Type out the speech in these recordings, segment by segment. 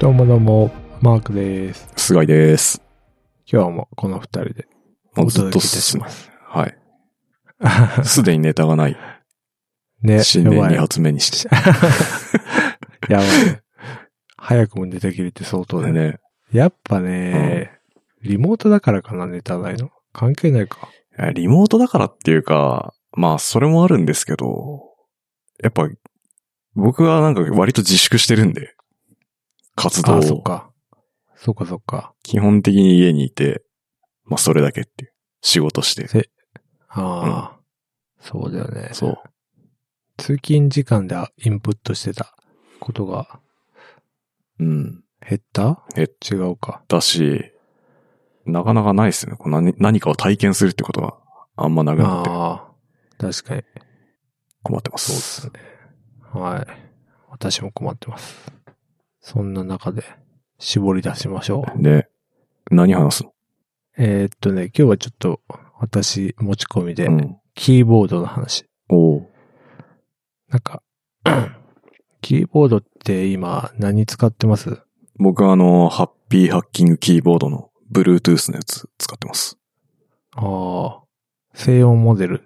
どうもどうも、マークです。菅井です。今日もこの二人でもうおずっ届とけいたします。す。はい。すでにネタ がない。ね、新や年ばい。 2や発目に して。ばい。早くもネタ切れって相当だね。ね。やっぱね、リモートだからかな、ネタないの。関係ないか。いやリモートだからっていうか、まあ、それもあるんですけど、やっぱ、僕はなんか割と自粛してるんで、活動あ、そっを。か。そっかそっか。基本的に家にいて、まあ、それだけっていう。仕事して。ああ、そうだよね。そう。通勤時間でインプットしてたことがうん。減った減っ違うか。だし、なかなかないですよね。こう何何かを体験するってことは、あんまなくなってああ、確かに。困ってま。そうですすね。はい。私も困ってます。そんな中で絞り出しましょう。で、何話すのえーっとね、今日はちょっと私持ち込みでうん。キーボードの話。おうなんか、 キーボードって今何使ってます僕はあの、ハッピーハッキングキーボードの Bluetooth のやつ使ってます。ああ、西洋モデル。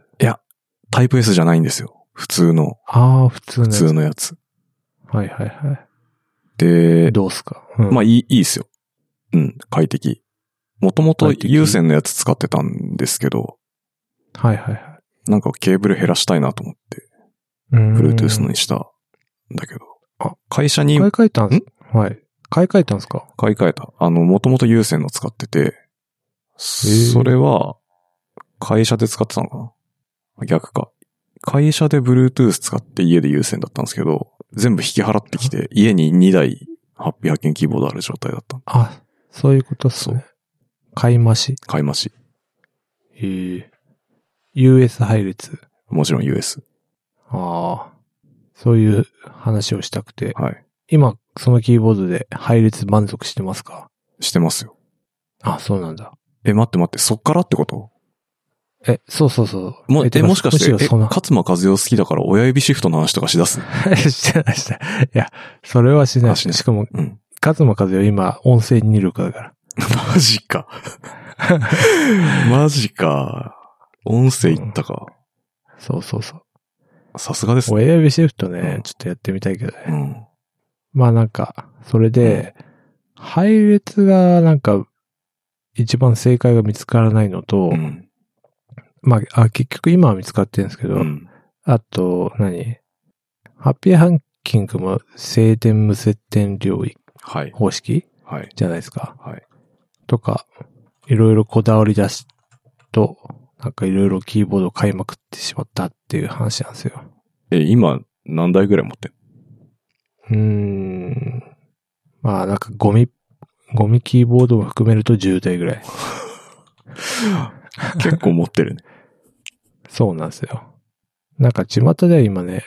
タイプ S じゃないんですよ。普通の、ああ、普通の普やつ。通のやつ。はいはいはでい。、どうすか、うんまあいい、いいっすよ。うん、快適。もともと快適有線のやつ使ってたんですけど、はいはいはい。なんかケーブル減らしたいなと思って、うーん Bluetooth のにしたんだけどあ。会社に買い替えたんすはい。買い替えたんすか買い替えた。あの、もともと有線の使ってて、ーそれは、会社で使ってたのかな逆か。会社で Bluetooth 使って家で有線だったんですけど、全部引き払ってきて、家に2台、ハッピーハッキングキーボードある状態だった。あ、そういうことっすね。買い増し。買い増し。ええ US 配列。もちろん US。ああ。そういう話をしたくて。はい。今、そのキーボードで配列満足してますかしてますよ。あ、そうなんだ。え、待って待って、そっからってことえ、そうそうそう。もう、てえ、かもしかしむて、ろえ、その、勝間和代好きだから親指シフトの話とかしだすしてないしてない。いや、それはしない。あししないかも、うん。 勝間和代今、音声入力だから。マジか。マジか。音声いったか。そうそうそう。さすがですね。親指シフトね、うんちょっとやってみたいけどね。うん。まあなんか、それで、配列がなんか、一番正解が見つからないのと、うん。まあ、あ結局今は見つかってるんですけど、うん。あと何、ハッピーハッキングも静電無接点領域はい。方式はい。じゃないですか。はい。とか、いろいろこだわり出しと、なんかいろいろキーボードを買いまくってしまったっていう話なんですよ。え、今、何台ぐらい持ってうーんん。まあなんかゴミ、ゴミキーボードも含めると10台ぐらい。 の結構持ってるね。そうなんですよ。なんか巷では今ね、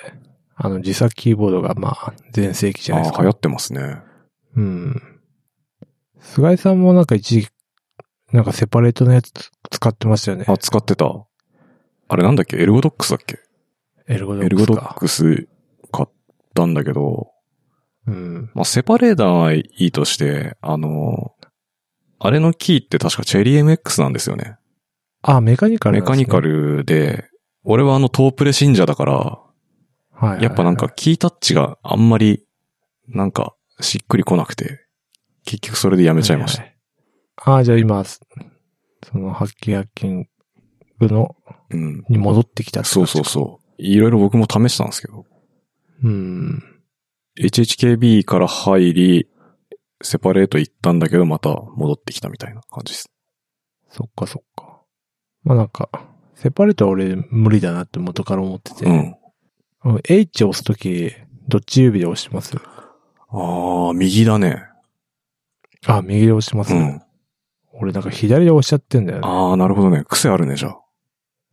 あの自作キーボードがまあ全盛期じゃないですあか流行。ってますね。うん。菅井さんもなんか一時期、なんかセパレートのやつ使ってましたよね。あ、使ってた。あれなんだっけエルゴドックスだっけエルゴドエッルクゴスドッか。クス買ったんだけど、うん。まあ、セパレーターはいいとして、あの、あれのキーって確かチェリー MX なんですよね。あ、メカニカルメなんですカね、ニカルで、俺はあのトープレ信者だから、はいはいはいやっぱなんか。キータッチがあんまり、なんかしっくりこなくて、結局それでやめちゃいました。ははあ、じゃあ今、そのハッキーハッキングの、うん。に戻ってきたってそうそう感そう。いろいろ僕も試したんですけど、じ。うん。 HHKB から入り、セパレート行ったんだけど、また戻ってきたみたいな感じです。そっかそっか。まあなんか、セパレートは俺無理だなって元から思ってて。うん。うん H 押すとき、どっち指で押しますああ、右だね。あ、右で押します、うん。俺なんか左で押しちゃってんだよね。ああ、なるほどね。癖あるね、じゃあ。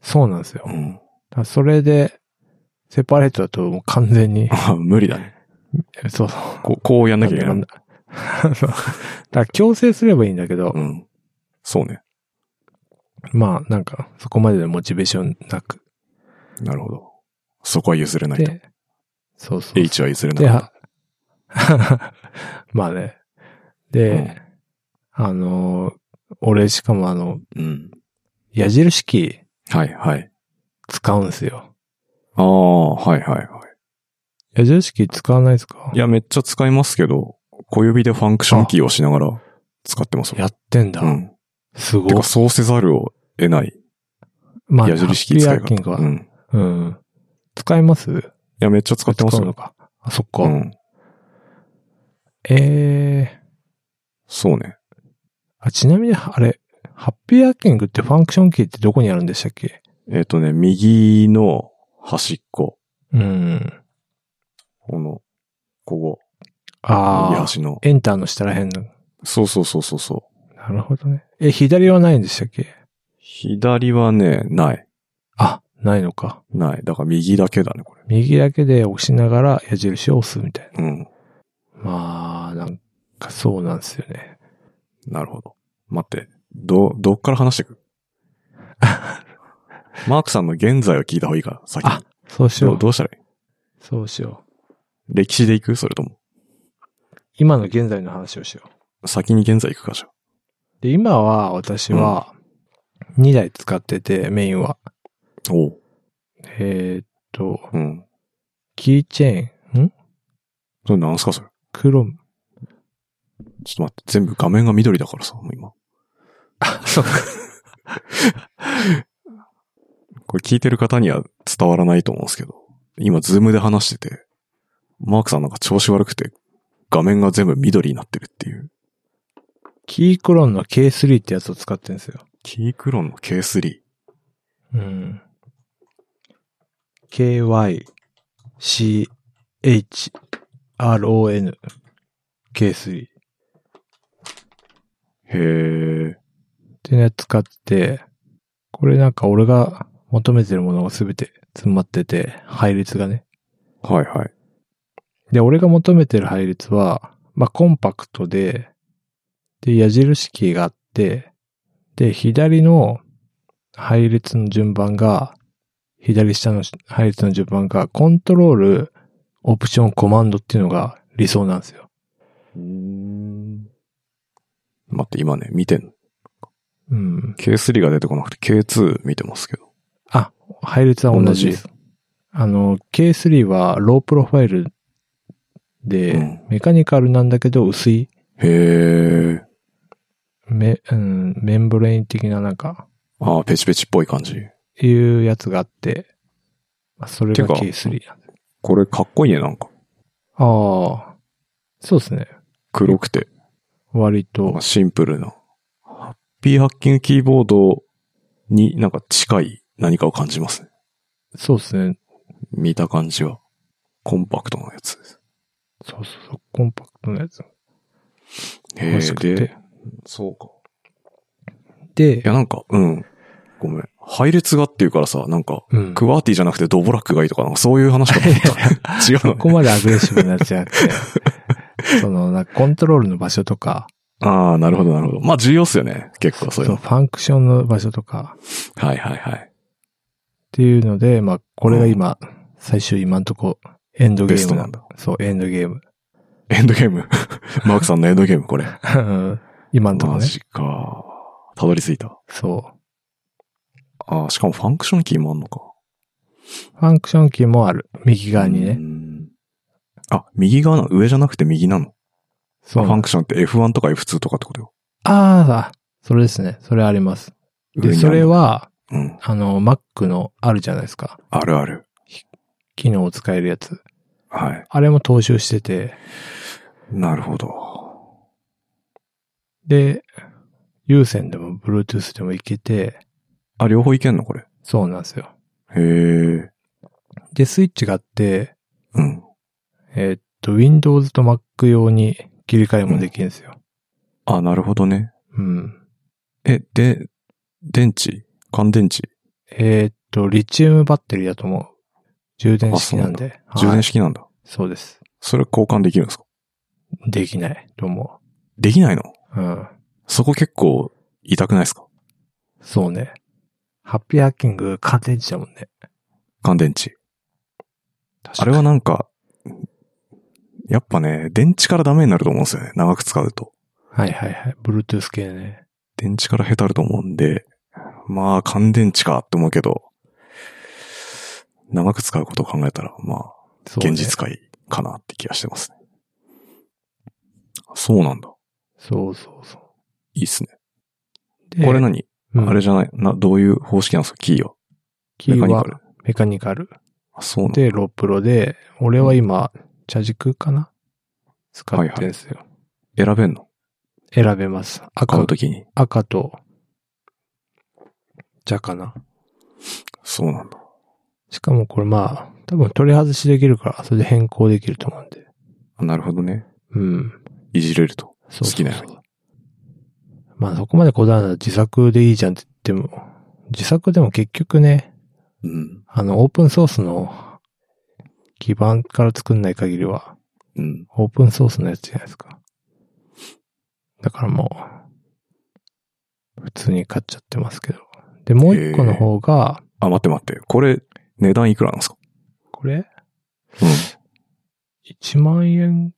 そうなんですよ。うん。だからそれで、セパレートだともう完全に、あー 無理だね。そうそう。こう、こうやんなきゃいけななんい。だかんだそうだから強制すればいいんだけど、うん。そうね。まあなんかそこまででモチベーションなくなるほど。そこは譲れないと。て、そうそう。 H は譲れなで、い。は まあね、で、あの、俺しかもあの、うん。矢印キーはいはい。使うんですよ。ああ、はいはいはい。矢印キー使わないですかいや、めっちゃ使いますけど、小指でファンクションキーを押しながら使ってます。やってんだ。うん。すごていか、。そうせざるを得ないまあ、矢印キー使いハッピーハッキング方。は、うん。いうん。使いますや、めっちゃ使ってます使うのよ。か。あ、そっか。うん。ええそうね。あ、ちなみに、あれ、ハッピーハッキングってファンクションキーってどこにあるんでしたっけえっ、とね、右の端っこ。うん。この、ここ。右ああ、端の。エンターの下らへんの。そうそうそうそうそう。なるほどね。え、左はないんでしたっけ左はね、ない。あ、ないのか。ない。だから右だけだね、これ。右だけで押しながら矢印を押すみたいな。うん。まあ、なんかそうなんですよね。なるほど。待って。ど、どっから話 してくマークさんの現在を聞いた方がいいから、先にあ。そうしよどうう。どうしたらいいそうしよう。歴史で行くそれとも。今の現在の話をしよう。先に現在行くかじゃあ。で、今は私は2台使ってて、メインは。おう。えーっと、うん。キーチェーン、んそれなんすかそれ。クロム。ちょっと待って、全部画面が緑だからさ、もう今。あ、そうか。 これ聞いてる方には伝わらないと思うんですけど、今ズームで話してて、マークさんなんか調子悪くて、画面が全部緑になってるっていう。キークロンの K3 ってやつを使ってるんですよ。キークロンの K3。うん。ky, c, h, r, o, n, k3 っへー。ていうのを使って、これなんか俺が求めてるものが全て詰まってて、配列がね。はいはい。で、俺が求めてる配列は、まあ、コンパクトで、で、矢印キーがあって、で、左の配列の順番が、左下の配列の順番が、コントロール、オプション、コマンドっていうのが理想なんですよ。待って、今ね、見てんの。うん。 K3 が出てこなくて K2 見てますけど。配列は同じです。あの、K3 はロープロファイルで、うんメカニカルなんだけど薄い、へー。メ、うん、メンブレイン的ななんか、あーペチペチっぽい感じ。いうやつがあって、まあそれがてか K3 なんで。これかっこいいね、なんか。ああ、そうですね。黒くて。割とまあ、シンプルな。ハッピーハッキングキーボードになんか近い何かを感じますね。そうですね。見た感じは。コンパクトなやつです。そうそうそう、コンパクトなやつ。へしーくてで、そうか。いで、や、なんか、うん。ごめん。配列がっていうからさ、なんか、うん。クワーティじゃなくてドボラックがいいとか、なんかそういう話かと 思った。違うそのこね。までアグレッシブなやつじゃ なくて、その、なんかコントロールの場所とか、ああ、なるほど、なるほど。まあ、重要っすよね。結構そそうういうフの。ァンクションの場所とかはいはいはっい。ていうので、まあ、これが今、最終今んとこ、エンドゲベースムトななんんだだ。そう、エンドゲーム。 エンドゲーム。マークさんのエンドゲーム、これ。うん今んとこマね。ジか。たどり着いた。そああ、しかもファンクションキーもあんのか。う。ファンクションキーもある。右側にうね。んあ、右側なの上じゃなくて右なの。フそうなんァだンクションって F1 とか F2 とかってことよ。あーあ、それですね。それあります。上で、にあるそれ。は、うん。あの、Mac のあるじゃないですか。あるある。機能を使えるやつ。はい。あれも踏襲してて、なるほど。で、有線でも Bluetooth でもいけて、あ、両方いけんのこれ。そうなんですよ。へえ。で、スイッチがあって、うん。えーっと、Windows と Mac 用に切り替えもできるんですよ。あ、なるほどね。うん。え、で、電池乾電池えーっと、リチウムバッテリーだと思う。充電式なんで。充はい電式なんだ。そうです。それ交換できるんですかできないと思できないのう。うん。そこ結構痛くないですかそうね。ハッピーハッキング、乾電池だもんね。乾電池。あれはなんか、やっぱね、電池からダメになると思うんですよね。長く使うと。はいはいはい。Bluetooth 系ね。電池からへたると思うんで、まあ、乾電池かって思うけど、長く使うことを考えたら、まあ、そうね現実界かなって気がしてますね。そうなんだ。そうそうそいいっすね。う。でこれ何、うんあれじゃないな、どういう方式なんですかキーは。キーメカニはカル。メカニカル。あ、そうなんだ。で、ロプロで、俺は今、茶軸かな使ってんすよ。選べんの選べます。買赤うときに。赤と、茶かな。そうなんだ。しかもこれまあ、多分取り外しできるから、それで変更できると思うんで。あなるほどね。うん。いじれると。そうそうそう好きなようにまあそこまでこだわるなら自作でいいじゃんって言っても、自作でも結局ね、うん。あの、オープンソースの基盤から作んない限りは、うん。オープンソースのやつじゃないですか。だからもう、普通に買っちゃってますけど。で、もう一個の方が、あ、待って待って。これ、値段いくらなんですかこれうん。 ?1 万円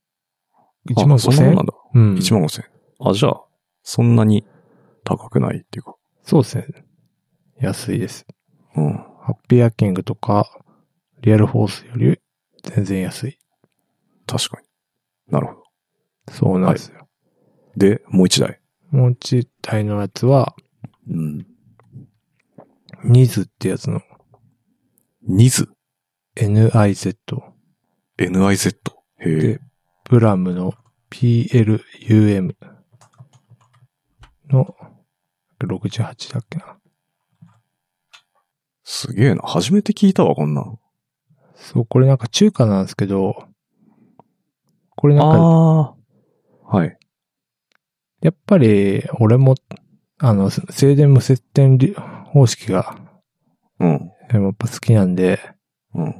?1 万あ5そん千なもん円なんだ。うん。 1万5千円。あ、じゃあ、そんなに高くないっていうか。そうですね。安いです。うん。ハッピーアッキングとか、リアルフォースより全然安い。確かに。なるほど。そうなんですよ。で、もう一台。もう一台のやつは、うん。ニズってやつのニズ NIZ。 ?NIZ。へえで。ブラムの PLUM の68だっけな。すげえな。初めて聞いたわ、こんなん。そう、これなんか中華なんですけど、これなんかああ。はい。やっぱり、俺も、あの、静電無接点り方式が、うん。やっぱ好きなんで、うん。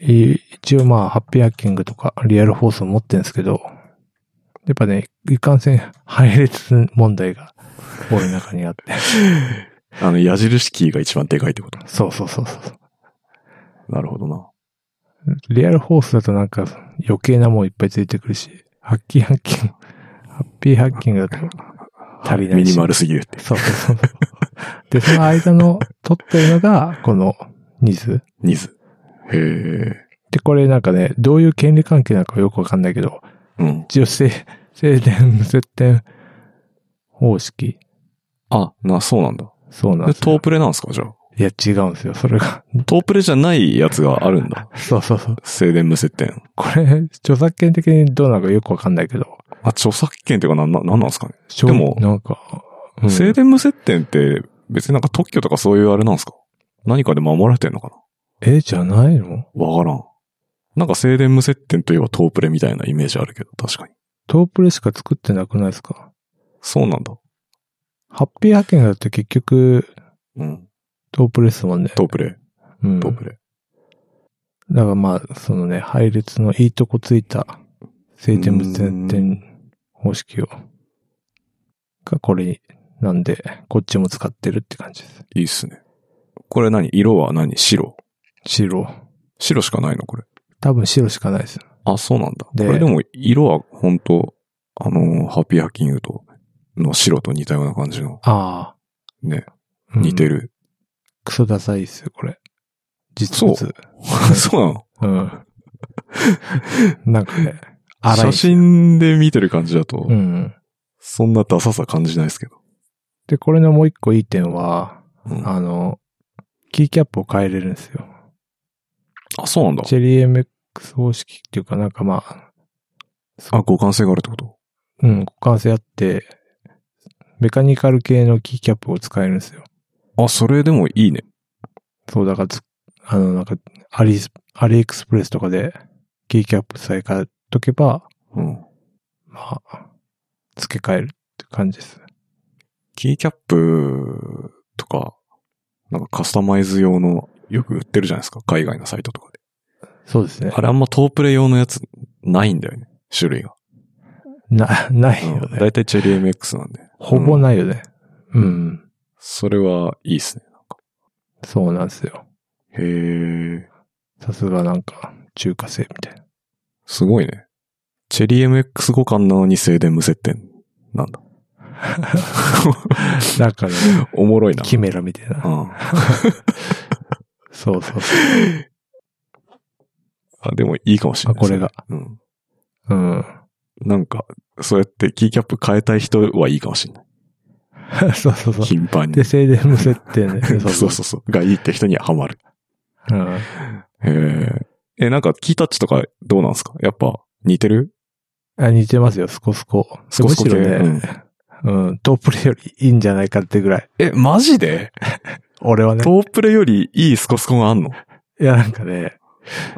い一応まあ、ハッピーハッキングとか、リアル放送持ってるんですけど、やっぱね、いかんせん、配列問題が、俺の中にあって。 あの、矢印キーが一番でかいってこと。そうそうそうそう。なるほどな。リアル放送だとなんか、余計なもんいっぱいついてくるし、ハッキーハッキング、ハッピーハッキングだと、足りないミしニマルすぎるって。そうそうそう。で、その間の取ってるのが、このニズ。ニズ。へえ。で、これなんかね、どういう権利関係なのかよくわかんないけど、うん。一応静、静電無接点方式あ、な、そうなんだ。そうなんで、ですトーよ。プレなんですか、じゃあ。いや、違うんですよ。それが。。トープレじゃないやつがあるんだ そうそうそう。静電無接点。これ、著作権的にどうなのかよくわかんないけど。あ、著作権っていうか、なん、ななんなんですかね。正でもなんか、うん静電無接点って別になんか特許とかそういうあれなんですか何かで守られてんのかえ、じゃないのなわからん。なんか静電無接点といえばトープレみたいなイメージあるけど、確かに。トープレしか作ってなくないですかそうなんだ。ハッピーハッキングだって結局、うん。トープレですもんね。トープレ、うん。トープレ。だからまあ、そのね、配列のいいとこついた、静電無接点方式を、がこれなんで、こっちも使ってるって感じです。いいっすね。これ何色は何白。白。白しかないのこれ。多分白しかないです。あ、そうなんだ。こでれでも色は本当あのーハッピーハッキングと、の白と似たような感じの、ああ。ね、うん似て。る。クソダサいっすよ、これ。実物。 そうなのうん。 なんかね、荒い写。真で見てる感じだと、うん。そんなダサさ感じないですけど。で、これのもう一個いい点は、うんあの、キーキャップを変えれるんですよ。あ、そうなんだ。チェリー MX 方式っていうかなんかまあ、あ、互換性があるってことうん、互換性あって、メカニカル系のキーキャップを使えるんですよ。あ、それでもいいね。そう、だからつ、あの、なんか、アリス、アリエクスプレスとかで、キーキャップさえ買っとけば、うん。まあ、付け替えるって感じです。キーキャップとか、なんかカスタマイズ用の、よく売ってるじゃないですか。海外のサイトとかで。そうですねあ。れあんまトープレ用のやつないんだよね。種類が。な、ないようんだね。いたいチェリー MX なんで。ほぼないよね。うん。それはいいっすね。そうなんですよ。へえ、さすがなんか、中華製みたいな。すごいね。チェリー MX 互換なのに静電無接点。な んだ。なんかね、 おもろいな。キメラみたいな。うん。そうそうそあ、でもいいかもしれない、あこれが。うん。う。うん。なんか、そうやってキーキャップ変えたい人はいいかもしれない。 そうそうそう。頻繁に で、。静電無接点 ね。そうそうそう。がいいって人にはハマる。うん。へえ。え、なんか、キータッチとかどうなんですかやっぱ、似てるあ、似てますよ、スコスコ。スコスコ系むしろうんね、うん、トープレよりいいんじゃないかってぐらい。え、マジで俺はね。トープレよりいいスコスコがあんのいや、なんかね、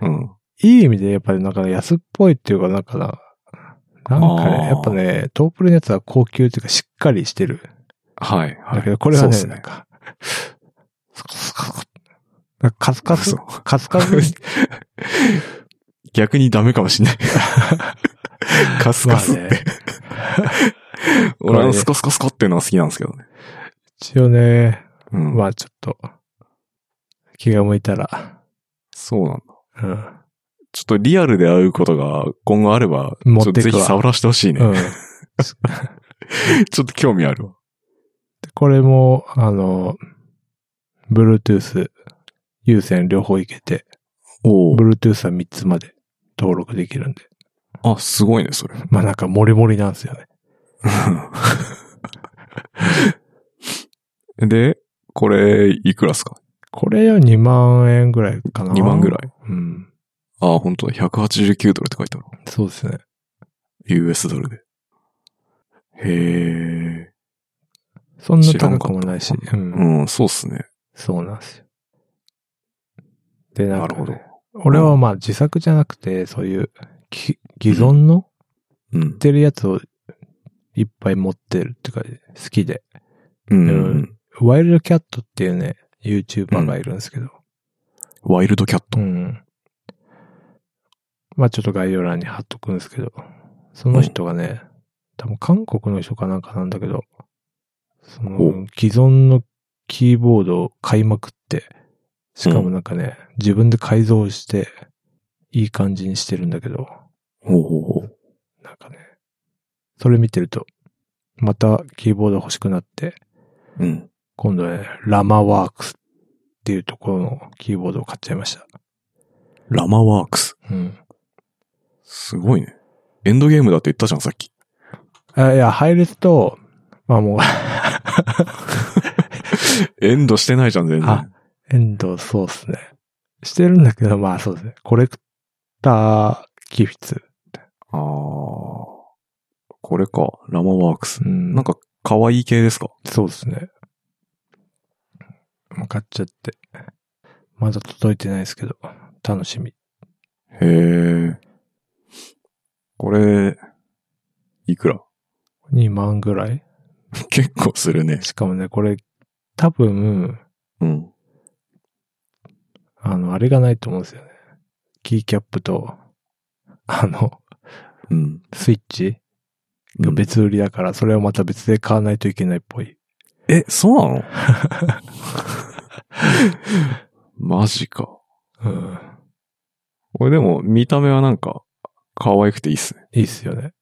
うん。いい意味でやっぱりなんかね安っぽいっていうか、なんかな、なんかあーね、やっぱね、トープレのやつは高級っていうかしっかりしてる。はい、はだい。けど、これはね、そうっなんすか、スコスコスコなんかカスカス嘘、カ スカス、逆にダメかもし んない。カスカスって。まあね俺あこのれスコスコスコっていうのは好きなんですけどね。一応ね、うん。まあちょっと、気が向いたら、そうなんだ。うん。ちょっとリアルで会うことが今後あれば、ちょ持っっとてくわぜひ触らせてほしいね。うん。でちょっと興味あるわ。これも、あの、Bluetooth、有線両方いけて、お Bluetooth は3つまで登録できるんで。あ、すごいね、 それ。まあなんかモリモリなんですよね。で、これ、いくらっすかこれは2万円ぐらいかな。 ?2 万ぐらい。い。うん。ああ、本当だ。189ドルって書いてある。そうですね。 US ドルで。へえ。そんな知らん高かったくもないし。うん。うん、そうっすね。そうなんですよ。で、ななんるかほどね、。俺はまあ自作じゃなくて、そういうき既存のうん売っ。てるやつをいっぱい持ってるっていうか、好きで。うん。うんワイルドキャットっていうね、YouTuber がいるんですけど。ワイルドキャット。うん。まあちょっと概要欄に貼っとくんですけど、その人がね、多分韓国の人かなんかなんだけど、そおの既存のキーボードを買いまくって、しかもなんかね、自分で改造して、いい感じにしてるんだけど、ほうほうほう。なんかね、それ見てると、またキーボード欲しくなって、うん。今度ね、ラマワークスっていうところのキーボードを買っちゃいました。ラマワークス。うん。すごいね。エンドゲームだって言ったじゃん、さっき。 あいや、配列と、まあもう、 エンドしてないじゃん、全あ然。遠藤そうっすね。してるんだけど、まあそうですね。コレクター機筆。ああー。これか。ラマワークス。うん。なんか、可愛い系ですかそうっすね。もう買っちゃって。まだ届いてないですけど、楽しみ。へえ。これ、いくら2万ぐらい 結構するね。しかもね、これ、多分、うん。あの、あれがないと思うんですよね。キーキャップと、あの、うん。スイッチが別売りだから、それをまた別で買わないといけないっぽい。え、そうなの マジか。うん。これでも、見た目はなんか、可愛くていいっすね。いいっすよね。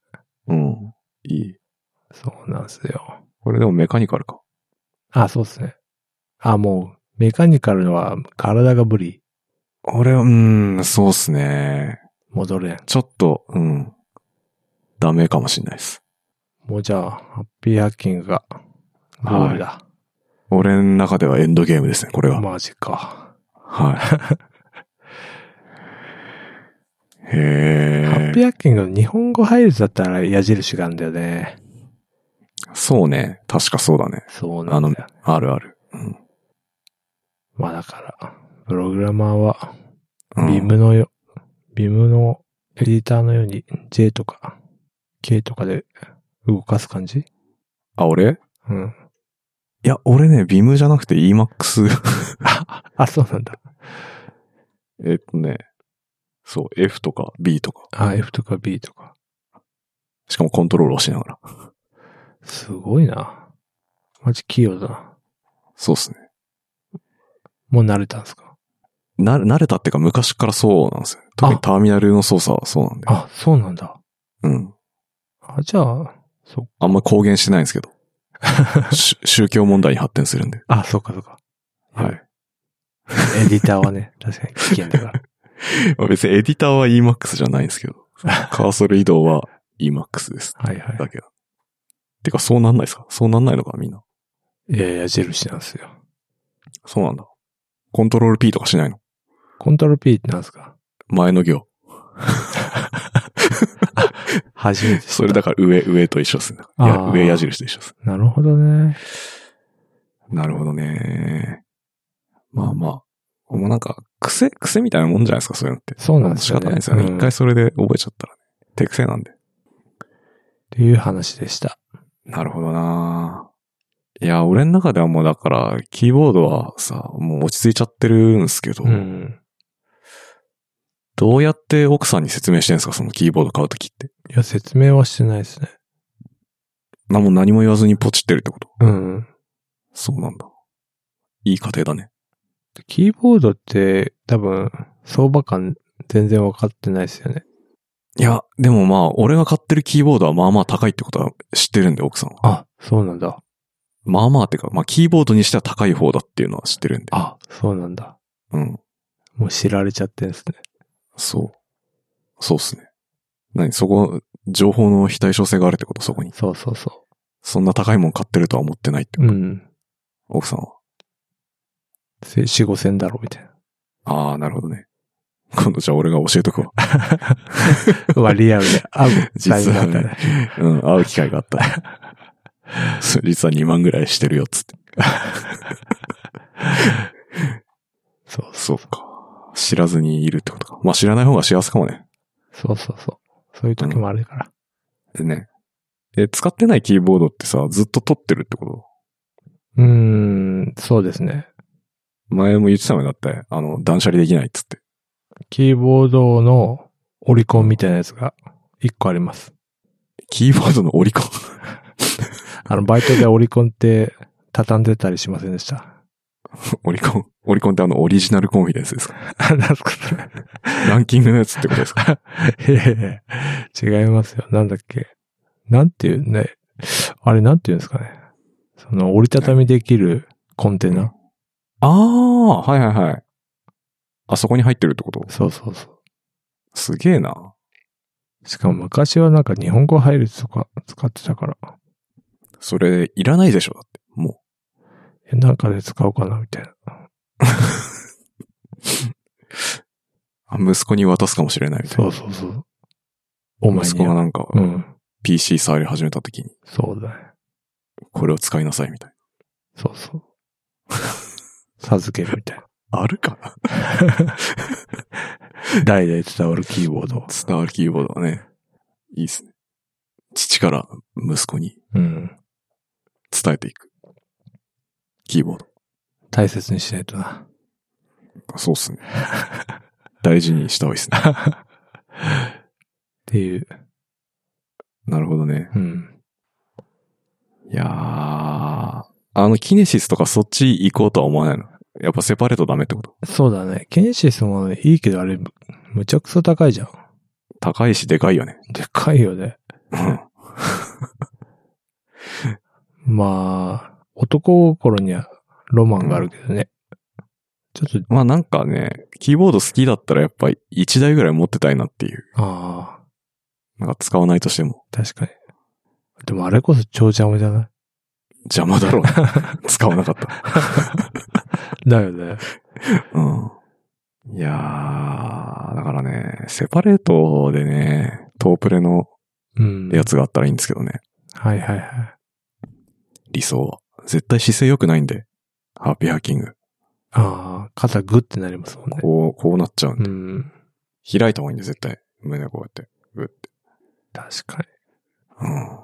うん。いい。そうなんですよ。これでもメカニカルか。あ、そうですね。あ、もう、メカニカルは体が無理。俺は、うーん、そうっすね。戻れん。ちょっと、うん。ダメかもしんないです。もうじゃあ、ハッピーハッキングが、ゴールだ。俺の中ではエンドゲームですね、これは。マジか。はい。 へハッピえ。ーハッキングの日本語配列だったら矢印があるんだよね。そうね。確かそうだね。そうなんだよね。あるある。まあだから、プログラマーは、うんビムのよ、ビムのエディターのように J とか K とかで動かす感じあ、俺うん。いや、俺ね、ビムじゃなくて EMAX。あ、そうなんだ。 えっとね。そう、F とか B とか。あ、F とか B とか。しかもコントロールをしながら。すごいな。マジ器用だな。そうっすね。もう慣れたんですかな、慣れたっていうか昔からそうなんですよ。特にターミナルの操作はそうなんで。あ、そうなんだ。うん。あ、じゃあ、そ、あんま公言してないんです けど。し宗教問題に発展するんで。あ、そうかそうか。はい。エディターはね、 確かに危険だから。まあ別にエディターは EMAX じゃないんです けど。カーソル移動は EMAX です。はいはだけど。てか、そうなんないですかそうなんないのかみんな。い。いやいや、矢印なんですよ。そうなんだ。コントロール P とかしないのコントロール P ってなんですか前の行。初めて。それだから上、上と一緒ですね。いやあー上矢印と一緒です。なるほどね。なるほどね。まあまあ。もうなんか、癖、癖みたいなもんじゃないですか、そういうのって。そうなんです仕よ方ね。ないですよね。一、うん回それで覚えちゃったらね。手癖なんで。っていう話でした。なるほどないや、俺の中ではもうだから、キーボードはさ、もう落ち着いちゃってるんですけど、うん。どうやって奥さんに説明してんすか、そのキーボード買うときって。いや、説明はしてないですね。な、もう何も言わずにポチってるってことうん。そうなんだ。いい家庭だね。キーボードって多分、相場感全然分かってないですよね。いや、でもまあ、俺が買ってるキーボードはまあまあ高いってことは知ってるんで、奥さんは。あ、そうなんだ。まあまあってか、まあキーボードにしては高い方だっていうのは知ってるんで。あ、そうなんだ。うん。もう知られちゃってんですね。そう。そうっすね。何そこ、情報の非対称性があるってことそこに。そうそうそそんな高いもん買ってるとは思ってないってう。こと、うん。奥さんは。せ四五千だろ、み たいああ、なるほどね。今度じゃあ俺が教えと くわ。な。まあ、リアルで。あ、実はねだね。うん、会う機会があった ら。そう実は2万ぐらいしてるよ、つって。そうそうか。知らずにいるってことか。まあ知らない方が幸せかもね。そうそうそう。そういう時もあるから。ね。え、使ってないキーボードってさ、ずっと取ってるってことうーん、そうですね。前も言ってたのにだって、あの、断捨離できないっつって。キーボードのオリコンみたいなやつが一個あります。キーボードのオリコン。 あの、バイトでオリコンって畳んでたりしませんでした。 オリコン。オリコンってあの、オリジナルコンフィデンスですか何すかそれ。ランキングのやつってことですかいやい や違いますよ。なんだっけ。なんていうね。あれなんていうんですかね。その折りたたみできるコンテナ。 ああ、はいはいはい。あそこに入ってるってことそうそうそすげえな。う。しかも昔はなんか日本語配列とか使ってたから。それ、いらないでしょだって。もえなんかで使おうかなみたいな。う。あ息子に渡すかもしれないみたいそな。うそうそう。お前息子がに。なんか、うん。 PC 触り始めた時に、そうだね。これを使いなさいみたいそうそう。 授けるみたいな。な。あるかな代々伝わるキーボードを。伝わるキーボードはね。いいっすね。父から息子にうん。伝えていく。キーボード。大切にしないとな。そうっす ね。大事にした方がいいっすね。っていう。なるほどね。うん。いやー。あの、キネシスとかそっち行こうとは思わないの。やっぱセパレートダメってことそうだね。ケネシスもいいけど、あれ、むむちゃくそ高いじゃん。高いしでかいよね。でかいよね。うん。 まあ、男心にはロマンがあるけどね。ちょっと、まあなんかね、キーボード好きだったらやっぱり1台ぐらい持ってたいなっていう。ああ、なんか使わないとしても確かに。でもあれこそ超邪魔じゃない邪魔だろうね。使わなかった。だよね。うん。いやー、だからね、セパレートでね、トープレのうん。やつがあったらいいんですけどね。はいはいはい。理想は。絶対姿勢良くないんで。ハッピーハッキング。ああ、肩グッてなりますもんね。こう、こうなっちゃうんで。うん。開いた方がいいんで、絶対。胸こうやって。グッて。確かうん。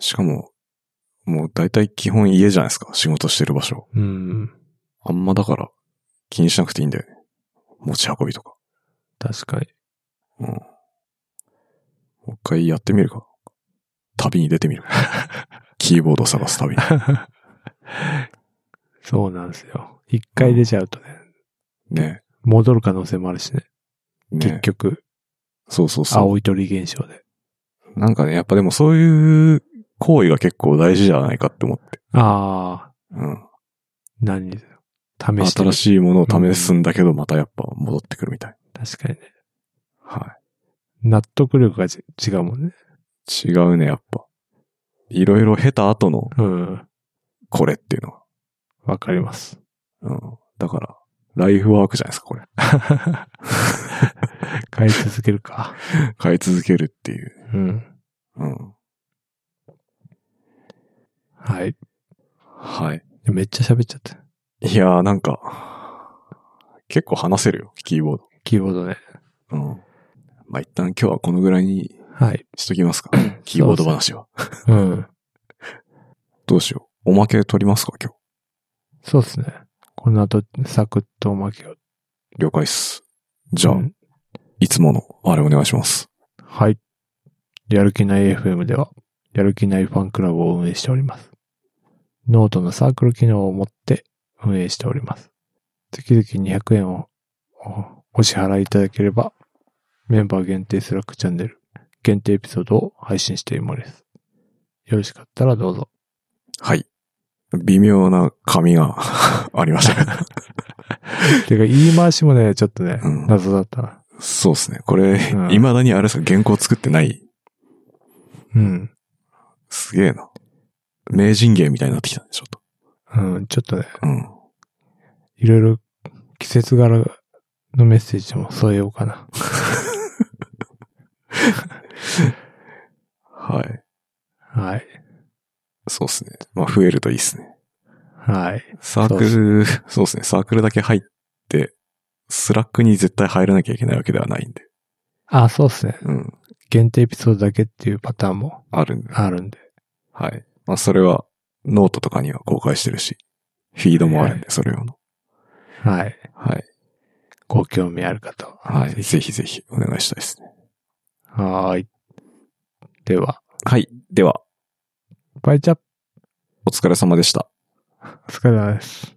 しかも、もう大体基本家じゃないですか。仕事してる場所。に。うん。あんまだから気にしなくていいんだよね。持ち運びとか。確かに。うん。もう一回やってみるか。旅に出てみる。 キーボードを探す旅に。そうなんですよ。一回出ちゃうとね、ね。戻る可能性もあるしね。結ね。局、そうそうそう。青い鳥現象で。なんかね、やっぱでもそういう行為が結構大事じゃないかって思って。ああ、うん。何試して新みしいものを試すんだけど、またやっぱ戻ってくるみたい。確かにね。は納得力がじ違うもんね。い。違うね、やっぱ。いろいろ経た後のうん。これっていうのは。わかり ます。うん。だから、ライフワークじゃないですか、これ。 変え続けるか。変え続けるっていう。うん。うん。はい。はい。めっちゃ喋っちゃった。いやーなんか、結構話せるよ、キーボード。キーボードね。うん。まあ、一旦今日はこのぐらいにはい。しときますか。 キーボード話は。うん。どうしよう。おまけ取りますか、今日。そうですね。この後、サクッとおまけを。了解っす。じゃあ、うんいつもの、あれお願いします。はい。やる気ない FM では、やる気ないファンクラブを運営しております。ノートのサークル機能を持って運営しております。月々200円をおお支払いいただければ、メンバー限定スラックチャンネル、限定エピソードを配信しているものです。よろしかったらどうぞ。はい。微妙な紙が ありましたけ ど。てか、言い回しもね、ちょっとね、うん謎だったな。そうですね。これ、うん未だにあれですか、原稿作ってない。うん。すげえな。名人芸みたいになってきたね、ちょっと。うん、ちょっとね、うん。いろいろ季節柄のメッセージも添えようかな。はい。はい。そうですね。まあ、増えるといいですね。はい。サークル、そうですね。サークルだけ入って、スラックに絶対入らなきゃいけないわけではないんで。あ、そうですね。うん。限定エピソードだけっていうパターンもあるんで。あるんで。はい。まあ、それは、ノートとかには公開してるし、フィードもあるんで、それ用の。はい。はい。ご興味ある方は。はい。ぜひぜひ、お願いしたいですね。はーい。では、はい。では、バイチャップ、お疲れ様でした。お疲れ様です。